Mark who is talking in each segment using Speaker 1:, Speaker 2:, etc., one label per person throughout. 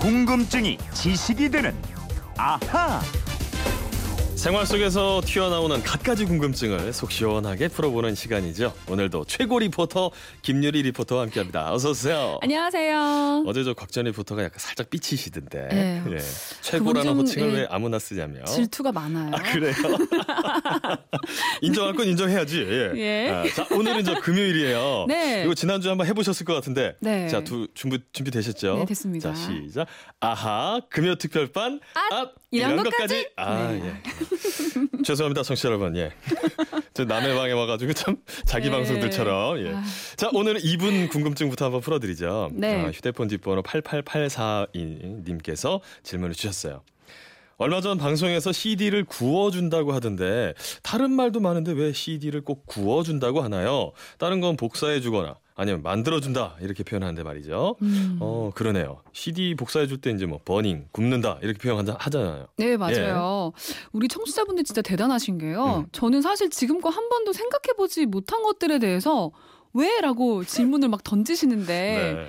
Speaker 1: 궁금증이 지식이 되는 아하.
Speaker 2: 생활 속에서 튀어나오는 갖가지 궁금증을 속 시원하게 풀어보는 시간이죠. 오늘도 최고 리포터 김유리 리포터와 함께합니다. 어서 오세요.
Speaker 3: 안녕하세요.
Speaker 2: 어제 저 곽전 리포터가 약간 살짝 삐치시던데
Speaker 3: 네.
Speaker 2: 예. 최고라는
Speaker 3: 그건 좀,
Speaker 2: 호칭을
Speaker 3: 예.
Speaker 2: 왜 아무나 쓰냐며
Speaker 3: 질투가 많아요.
Speaker 2: 그래요 인정할 건 인정해야지 예.
Speaker 3: 예.
Speaker 2: 아, 자 오늘은 저 금요일이에요
Speaker 3: 네.
Speaker 2: 이거 지난주에 한번 해보셨을 것 같은데
Speaker 3: 네.
Speaker 2: 자 두 준비 준비되셨죠
Speaker 3: 네, 됐습니다.
Speaker 2: 자 시작 아하 금요 특별반
Speaker 3: 앗! 이런 것까지?
Speaker 2: 아
Speaker 3: 네.
Speaker 2: 예. 죄송합니다 청취자 여러분 예. 저 남의 방에 와가지고 참 자기
Speaker 3: 네.
Speaker 2: 방송들처럼 예.
Speaker 3: 아.
Speaker 2: 자 오늘은 이분 궁금증부터 한번 풀어드리죠.
Speaker 3: 네.
Speaker 2: 아, 휴대폰 뒷번호 8884님께서 질문을 주셨어요. 얼마 전 방송에서 CD를 구워준다고 하던데 다른 말도 많은데 왜 CD를 꼭 구워준다고 하나요? 다른 건 복사해주거나 아니면 만들어준다 이렇게 표현하는데 말이죠.
Speaker 3: 음.
Speaker 2: 어 그러네요. CD 복사해줄 때 이제 뭐 버닝, 굽는다 이렇게 표현하잖아요.
Speaker 3: 네 맞아요.
Speaker 2: 예.
Speaker 3: 우리 청취자분들 진짜 대단하신 게요.
Speaker 2: 음.
Speaker 3: 저는 사실 지금껏 한 번도 생각해보지 못한 것들에 대해서 왜라고 질문을 막 던지시는데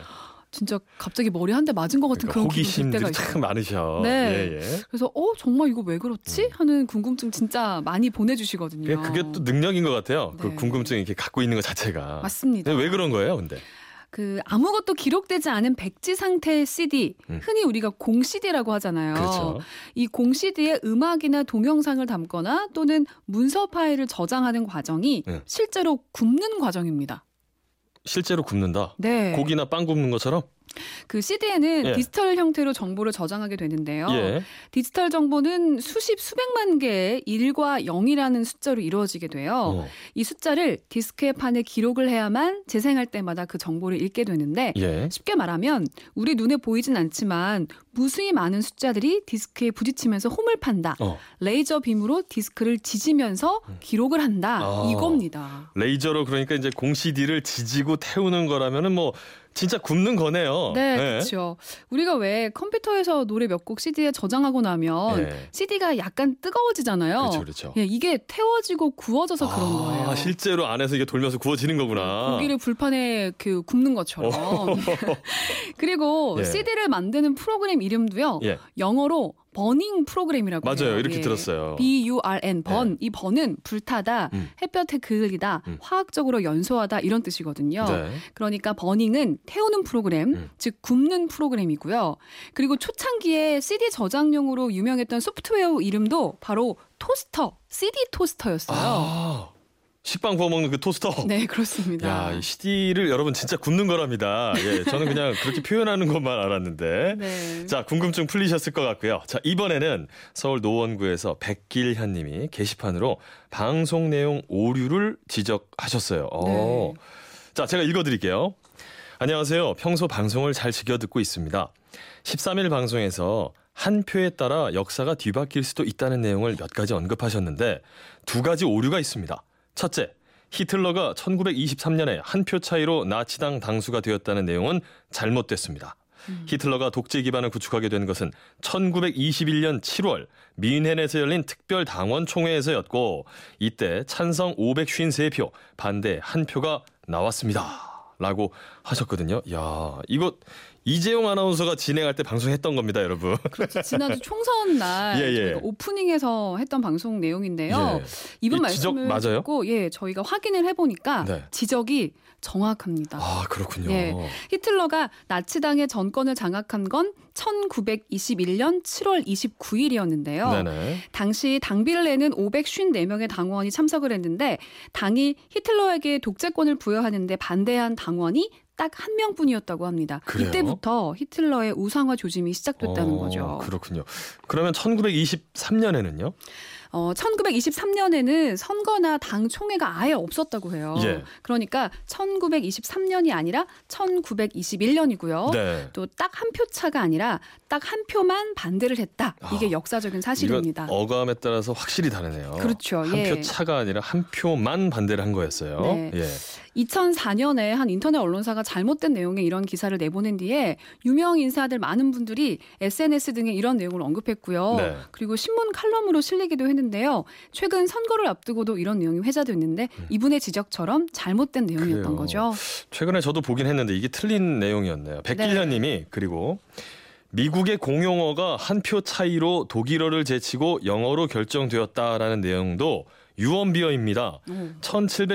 Speaker 3: 진짜 갑자기 머리 한 대 맞은 것 같은
Speaker 2: 네. 그러니까
Speaker 3: 네. 그런 기분 들 때가
Speaker 2: 호기심들이
Speaker 3: 있어요.
Speaker 2: 참 많으셔.
Speaker 3: 네.
Speaker 2: 예, 예.
Speaker 3: 그래서 어 정말 이거 왜 그렇지 하는 궁금증 진짜
Speaker 2: 음.
Speaker 3: 많이
Speaker 2: 예, 그게,
Speaker 3: 보내주시거든요.
Speaker 2: 그게 또 능력인 것 같아요. 그
Speaker 3: 네.
Speaker 2: 궁금증 이렇게 갖고 있는 것 자체가.
Speaker 3: 맞습니다.
Speaker 2: 근데 왜 그런 거예요, 근데?
Speaker 3: 그 아무것도 기록되지 않은 백지 상태의 CD,
Speaker 2: 음.
Speaker 3: 흔히 우리가 공 CD라고 하잖아요.
Speaker 2: 그렇죠.
Speaker 3: 이 공 CD에 음악이나 동영상을 담거나 또는 문서 파일을 저장하는 과정이
Speaker 2: 네.
Speaker 3: 실제로 굽는 과정입니다.
Speaker 2: 실제로 굽는다.
Speaker 3: 네.
Speaker 2: 고기나 빵 굽는 것처럼.
Speaker 3: 그 CD에는
Speaker 2: 예.
Speaker 3: 디지털 형태로 정보를 저장하게 되는데요.
Speaker 2: 예.
Speaker 3: 디지털 정보는 수십 수백만 개의 1과 0이라는 숫자로 이루어지게 돼요.
Speaker 2: 어,
Speaker 3: 이 숫자를 디스크의 판에 기록을 해야만 재생할 때마다 그 정보를 읽게 되는데
Speaker 2: 예.
Speaker 3: 쉽게 말하면 우리 눈에 보이진 않지만 무수히 많은 숫자들이 디스크에 부딪히면서 홈을 판다.
Speaker 2: 어.
Speaker 3: 레이저 빔으로 디스크를 지지면서 기록을 한다.
Speaker 2: 음. 아.
Speaker 3: 이겁니다.
Speaker 2: 레이저로 그러니까 이제 공 CD를 지지고 태우는 거라면은 뭐 진짜 굽는 거네요.
Speaker 3: 네,
Speaker 2: 예.
Speaker 3: 그렇죠. 우리가 왜 컴퓨터에서 노래 몇 곡 CD에 저장하고 나면
Speaker 2: 예.
Speaker 3: CD가 약간 뜨거워지잖아요.
Speaker 2: 그렇죠, 그렇죠.
Speaker 3: 예, 이게 태워지고 구워져서 그런
Speaker 2: 아,
Speaker 3: 거예요.
Speaker 2: 실제로 아. 안에서 이게 돌면서 구워지는 거구나.
Speaker 3: 고기를 불판에 그 굽는 것처럼. 그리고
Speaker 2: 어. 예.
Speaker 3: CD를 만드는 프로그램 이름도요.
Speaker 2: 예.
Speaker 3: 영어로 버닝 프로그램이라고
Speaker 2: 맞아요.
Speaker 3: 해요.
Speaker 2: 이렇게
Speaker 3: 예.
Speaker 2: 들었어요. 네.
Speaker 3: burn 번 이 번은 불타다,
Speaker 2: 음.
Speaker 3: 햇볕에 그을리다,
Speaker 2: 음.
Speaker 3: 화학적으로 연소하다 이런 뜻이거든요.
Speaker 2: 네.
Speaker 3: 그러니까 버닝은 태우는 프로그램,
Speaker 2: 음.
Speaker 3: 즉 굽는 프로그램이고요. 그리고 초창기에 CD 저장용으로 유명했던 소프트웨어 이름도 바로 토스터, CD 토스터였어요.
Speaker 2: 아. 식빵 구워 먹는 그 토스터.
Speaker 3: 네, 그렇습니다.
Speaker 2: 야, 이 CD를 여러분 진짜 굽는 거랍니다. 예, 저는 그냥 그렇게 표현하는 것만 알았는데.
Speaker 3: 네.
Speaker 2: 자, 궁금증 풀리셨을 것 같고요. 자, 이번에는 서울 노원구에서 백길현 님이 게시판으로 방송 내용 오류를 지적하셨어요. 어. 자, 제가 읽어 드릴게요. 안녕하세요. 평소 방송을 잘 즐겨 듣고 있습니다. 13일 방송에서 한 표에 따라 역사가 뒤바뀔 수도 있다는 내용을 몇 가지 언급하셨는데 두 가지 오류가 있습니다. 첫째, 히틀러가 1923년에 한 표 차이로 나치당 당수가 되었다는 내용은 잘못됐습니다. 히틀러가 독재 기반을 구축하게 된 것은 1921년 7월 미넨에서 열린 특별 당원 총회에서였고 이때 찬성 553표, 반대 한 표가 나왔습니다. 라고 하셨거든요. 야, 이거 이재용 아나운서가 진행할 때 방송했던 겁니다, 여러분.
Speaker 3: 그렇죠. 지난주 총선 날
Speaker 2: 예, 예.
Speaker 3: 저희가 오프닝에서 했던 방송 내용인데요. 이분
Speaker 2: 이 지적
Speaker 3: 말씀을
Speaker 2: 맞아요?
Speaker 3: 듣고 예, 저희가 확인을 해 보니까
Speaker 2: 네.
Speaker 3: 지적이 정확합니다.
Speaker 2: 아, 그렇군요.
Speaker 3: 예. 히틀러가 나치당의 전권을 장악한 건 1921년 7월 29일이었는데요.
Speaker 2: 네네.
Speaker 3: 당시 당비를 내는 554명의 당원이 참석을 했는데 당이 히틀러에게 독재권을 부여하는데 반대한 당원이 딱 한 명뿐이었다고 합니다.
Speaker 2: 그래요?
Speaker 3: 이때부터 히틀러의 우상화 조짐이 시작됐다는
Speaker 2: 어,
Speaker 3: 거죠.
Speaker 2: 그렇군요. 그러면 1923년에는요?
Speaker 3: 어, 1923년에는 선거나 당 총회가 아예 없었다고 해요.
Speaker 2: 예.
Speaker 3: 그러니까 1923년이 아니라 1921년이고요.
Speaker 2: 네.
Speaker 3: 또 딱 한 표 차가 아니라 딱 한 표만 반대를 했다. 이게
Speaker 2: 아,
Speaker 3: 역사적인 사실입니다.
Speaker 2: 이건 어감에 따라서 확실히 다르네요.
Speaker 3: 그렇죠.
Speaker 2: 한
Speaker 3: 예.
Speaker 2: 표 차가 아니라 한 표만 반대를 한 거였어요.
Speaker 3: 네.
Speaker 2: 예.
Speaker 3: 2004년에 한 인터넷 언론사가 잘못된 내용의 이런 기사를 내보낸 뒤에 유명 인사들 많은 분들이 SNS 등에 이런 내용을 언급했고요.
Speaker 2: 네.
Speaker 3: 그리고 신문 칼럼으로 실리기도 했는데요. 최근 선거를 앞두고도 이런 내용이 회자됐는데 이분의 지적처럼 잘못된 내용이었던
Speaker 2: 음. 그래요.
Speaker 3: 거죠.
Speaker 2: 최근에 저도 보긴 했는데 이게 틀린 내용이었네요. 백길현님이 그리고 미국의 공용어가 한 표 차이로 독일어를 제치고 영어로 결정되었다라는 내용도 유언비어입니다.
Speaker 3: 오.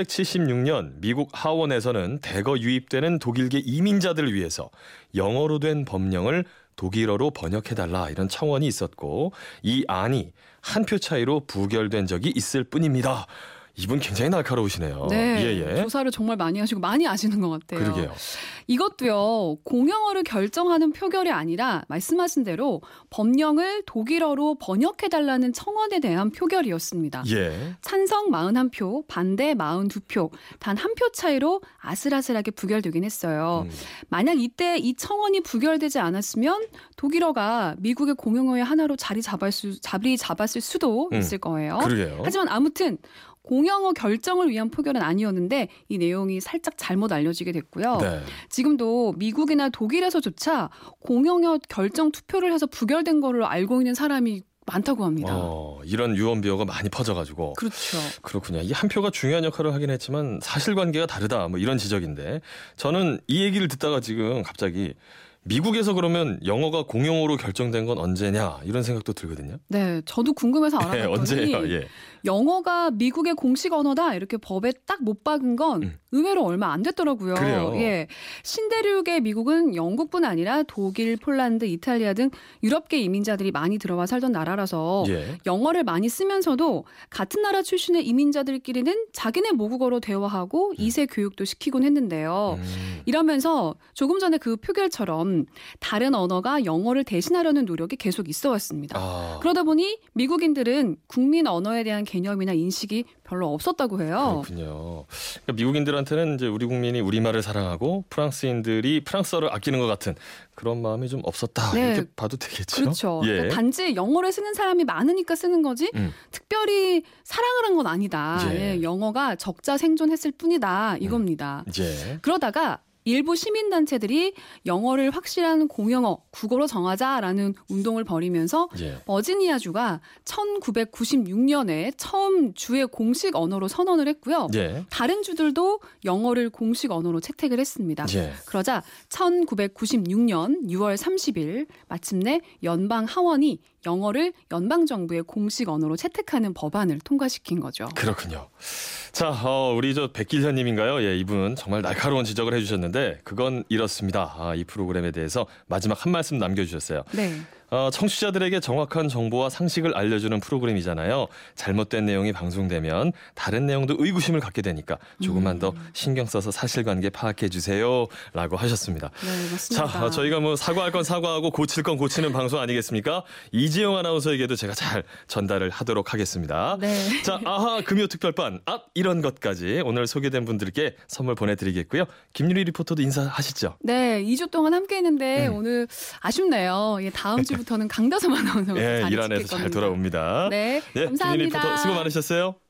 Speaker 2: 1776년 미국 하원에서는 대거 유입되는 독일계 이민자들을 위해서 영어로 된 법령을 독일어로 번역해달라 이런 청원이 있었고 이 안이 한 표 차이로 부결된 적이 있을 뿐입니다. 이분 굉장히 날카로우시네요.
Speaker 3: 네.
Speaker 2: 예, 예.
Speaker 3: 조사를 정말 많이 하시고 많이 아시는 것 같아요.
Speaker 2: 그러게요.
Speaker 3: 이것도요. 공영어를 결정하는 표결이 아니라 말씀하신 대로 법령을 독일어로 번역해 달라는 청원에 대한 표결이었습니다.
Speaker 2: 예.
Speaker 3: 찬성 41표, 반대 42표, 단 한 표 차이로 아슬아슬하게 부결되긴 했어요.
Speaker 2: 음.
Speaker 3: 만약 이때 이 청원이 부결되지 않았으면 독일어가 미국의 공용어의 하나로 자리 잡았을, 수- 자리 잡았을 수도
Speaker 2: 음,
Speaker 3: 있을 거예요.
Speaker 2: 그러게요.
Speaker 3: 어? 하지만 아무튼 공영어 결정을 위한 표결은 아니었는데 이 내용이 살짝 잘못 알려지게 됐고요.
Speaker 2: 네.
Speaker 3: 지금도 미국이나 독일에서조차 공영어 결정 투표를 해서 부결된 걸로 알고 있는 사람이 많다고 합니다.
Speaker 2: 어, 이런 유언비어가 많이 퍼져가지고
Speaker 3: 그렇죠.
Speaker 2: 그렇군요. 이 한 표가 중요한 역할을 하긴 했지만 사실관계가 다르다 뭐 이런 지적인데 저는 이 얘기를 듣다가 지금 갑자기 미국에서 그러면 영어가 공용어로 결정된 건 언제냐 이런 생각도 들거든요.
Speaker 3: 네, 저도 궁금해서
Speaker 2: 예,
Speaker 3: 알아봤더니
Speaker 2: 언제예요? 예.
Speaker 3: 영어가 미국의 공식 언어다 이렇게 법에 딱 못 박은 건
Speaker 2: 음.
Speaker 3: 의외로 얼마 안 됐더라고요.
Speaker 2: 그래요.
Speaker 3: 예, 신대륙의 미국은 영국뿐 아니라 독일, 폴란드, 이탈리아 등 유럽계 이민자들이 많이 들어와 살던 나라라서
Speaker 2: 예.
Speaker 3: 영어를 많이 쓰면서도 같은 나라 출신의 이민자들끼리는 자기네 모국어로 대화하고
Speaker 2: 네.
Speaker 3: 이세 교육도 시키곤 했는데요.
Speaker 2: 음,
Speaker 3: 이러면서 조금 전에 그 표결처럼 다른 언어가 영어를 대신하려는 노력이 계속 있어 왔습니다.
Speaker 2: 아,
Speaker 3: 그러다 보니 미국인들은 국민 언어에 대한 개념이나 인식이 별로 없었다고 해요.
Speaker 2: 그렇군요. 그러니까 미국인들한테는 이제 우리 국민이 우리말을 사랑하고 프랑스인들이 프랑스어를 아끼는 것 같은 그런 마음이 좀 없었다
Speaker 3: 네.
Speaker 2: 이렇게 봐도 되겠죠.
Speaker 3: 그렇죠.
Speaker 2: 예.
Speaker 3: 그러니까 단지 영어를 쓰는 사람이 많으니까 쓰는 거지
Speaker 2: 음.
Speaker 3: 특별히 사랑을 한 건 아니다.
Speaker 2: 예. 음.
Speaker 3: 예, 영어가 적자 생존했을 뿐이다 이겁니다.
Speaker 2: 예.
Speaker 3: 그러다가 일부 시민단체들이 영어를 확실한 공용어, 국어로 정하자라는 운동을 벌이면서
Speaker 2: 예.
Speaker 3: 버지니아주가 1996년에 처음 주의 공식 언어로 선언을 했고요.
Speaker 2: 예.
Speaker 3: 다른 주들도 영어를 공식 언어로 채택을 했습니다.
Speaker 2: 예.
Speaker 3: 그러자 1996년 6월 30일 마침내 연방 하원이 영어를 연방 정부의 공식 언어로 채택하는 법안을 통과시킨 거죠.
Speaker 2: 그렇군요. 자, 어, 우리 저 백길현님인가요? 예, 이분 정말 날카로운 지적을 해주셨는데 그건 이렇습니다. 아, 이 프로그램에 대해서 마지막 한 말씀 남겨주셨어요.
Speaker 3: 네.
Speaker 2: 어, 청취자들에게 정확한 정보와 상식을 알려주는 프로그램이잖아요. 잘못된 내용이 방송되면 다른 내용도 의구심을 갖게 되니까 조금만 더 신경 써서 사실관계 파악해 주세요.라고 하셨습니다.
Speaker 3: 네,
Speaker 2: 자,
Speaker 3: 맞습니다.
Speaker 2: 어, 저희가 뭐 사과할 건 사과하고 고칠 건 고치는 방송 아니겠습니까? 이재용 아나운서에게도 제가 잘 전달을 하도록 하겠습니다.
Speaker 3: 네.
Speaker 2: 자, 아하 금요 특별반 앞 이런 것까지 오늘 소개된 분들께 선물 보내드리겠고요. 김유리 리포터도 인사하시죠.
Speaker 3: 네, 2주 동안 함께
Speaker 2: 네.
Speaker 3: 했는데 오늘 아쉽네요. 예, 다음 주부터는 강다솜 아나운서가
Speaker 2: 예,
Speaker 3: 네, 자리
Speaker 2: 일 안에서
Speaker 3: 지킬
Speaker 2: 잘
Speaker 3: 겁니다.
Speaker 2: 돌아옵니다.
Speaker 3: 네,
Speaker 2: 예, 김유리
Speaker 3: 감사합니다.
Speaker 2: 리포터 수고 많으셨어요.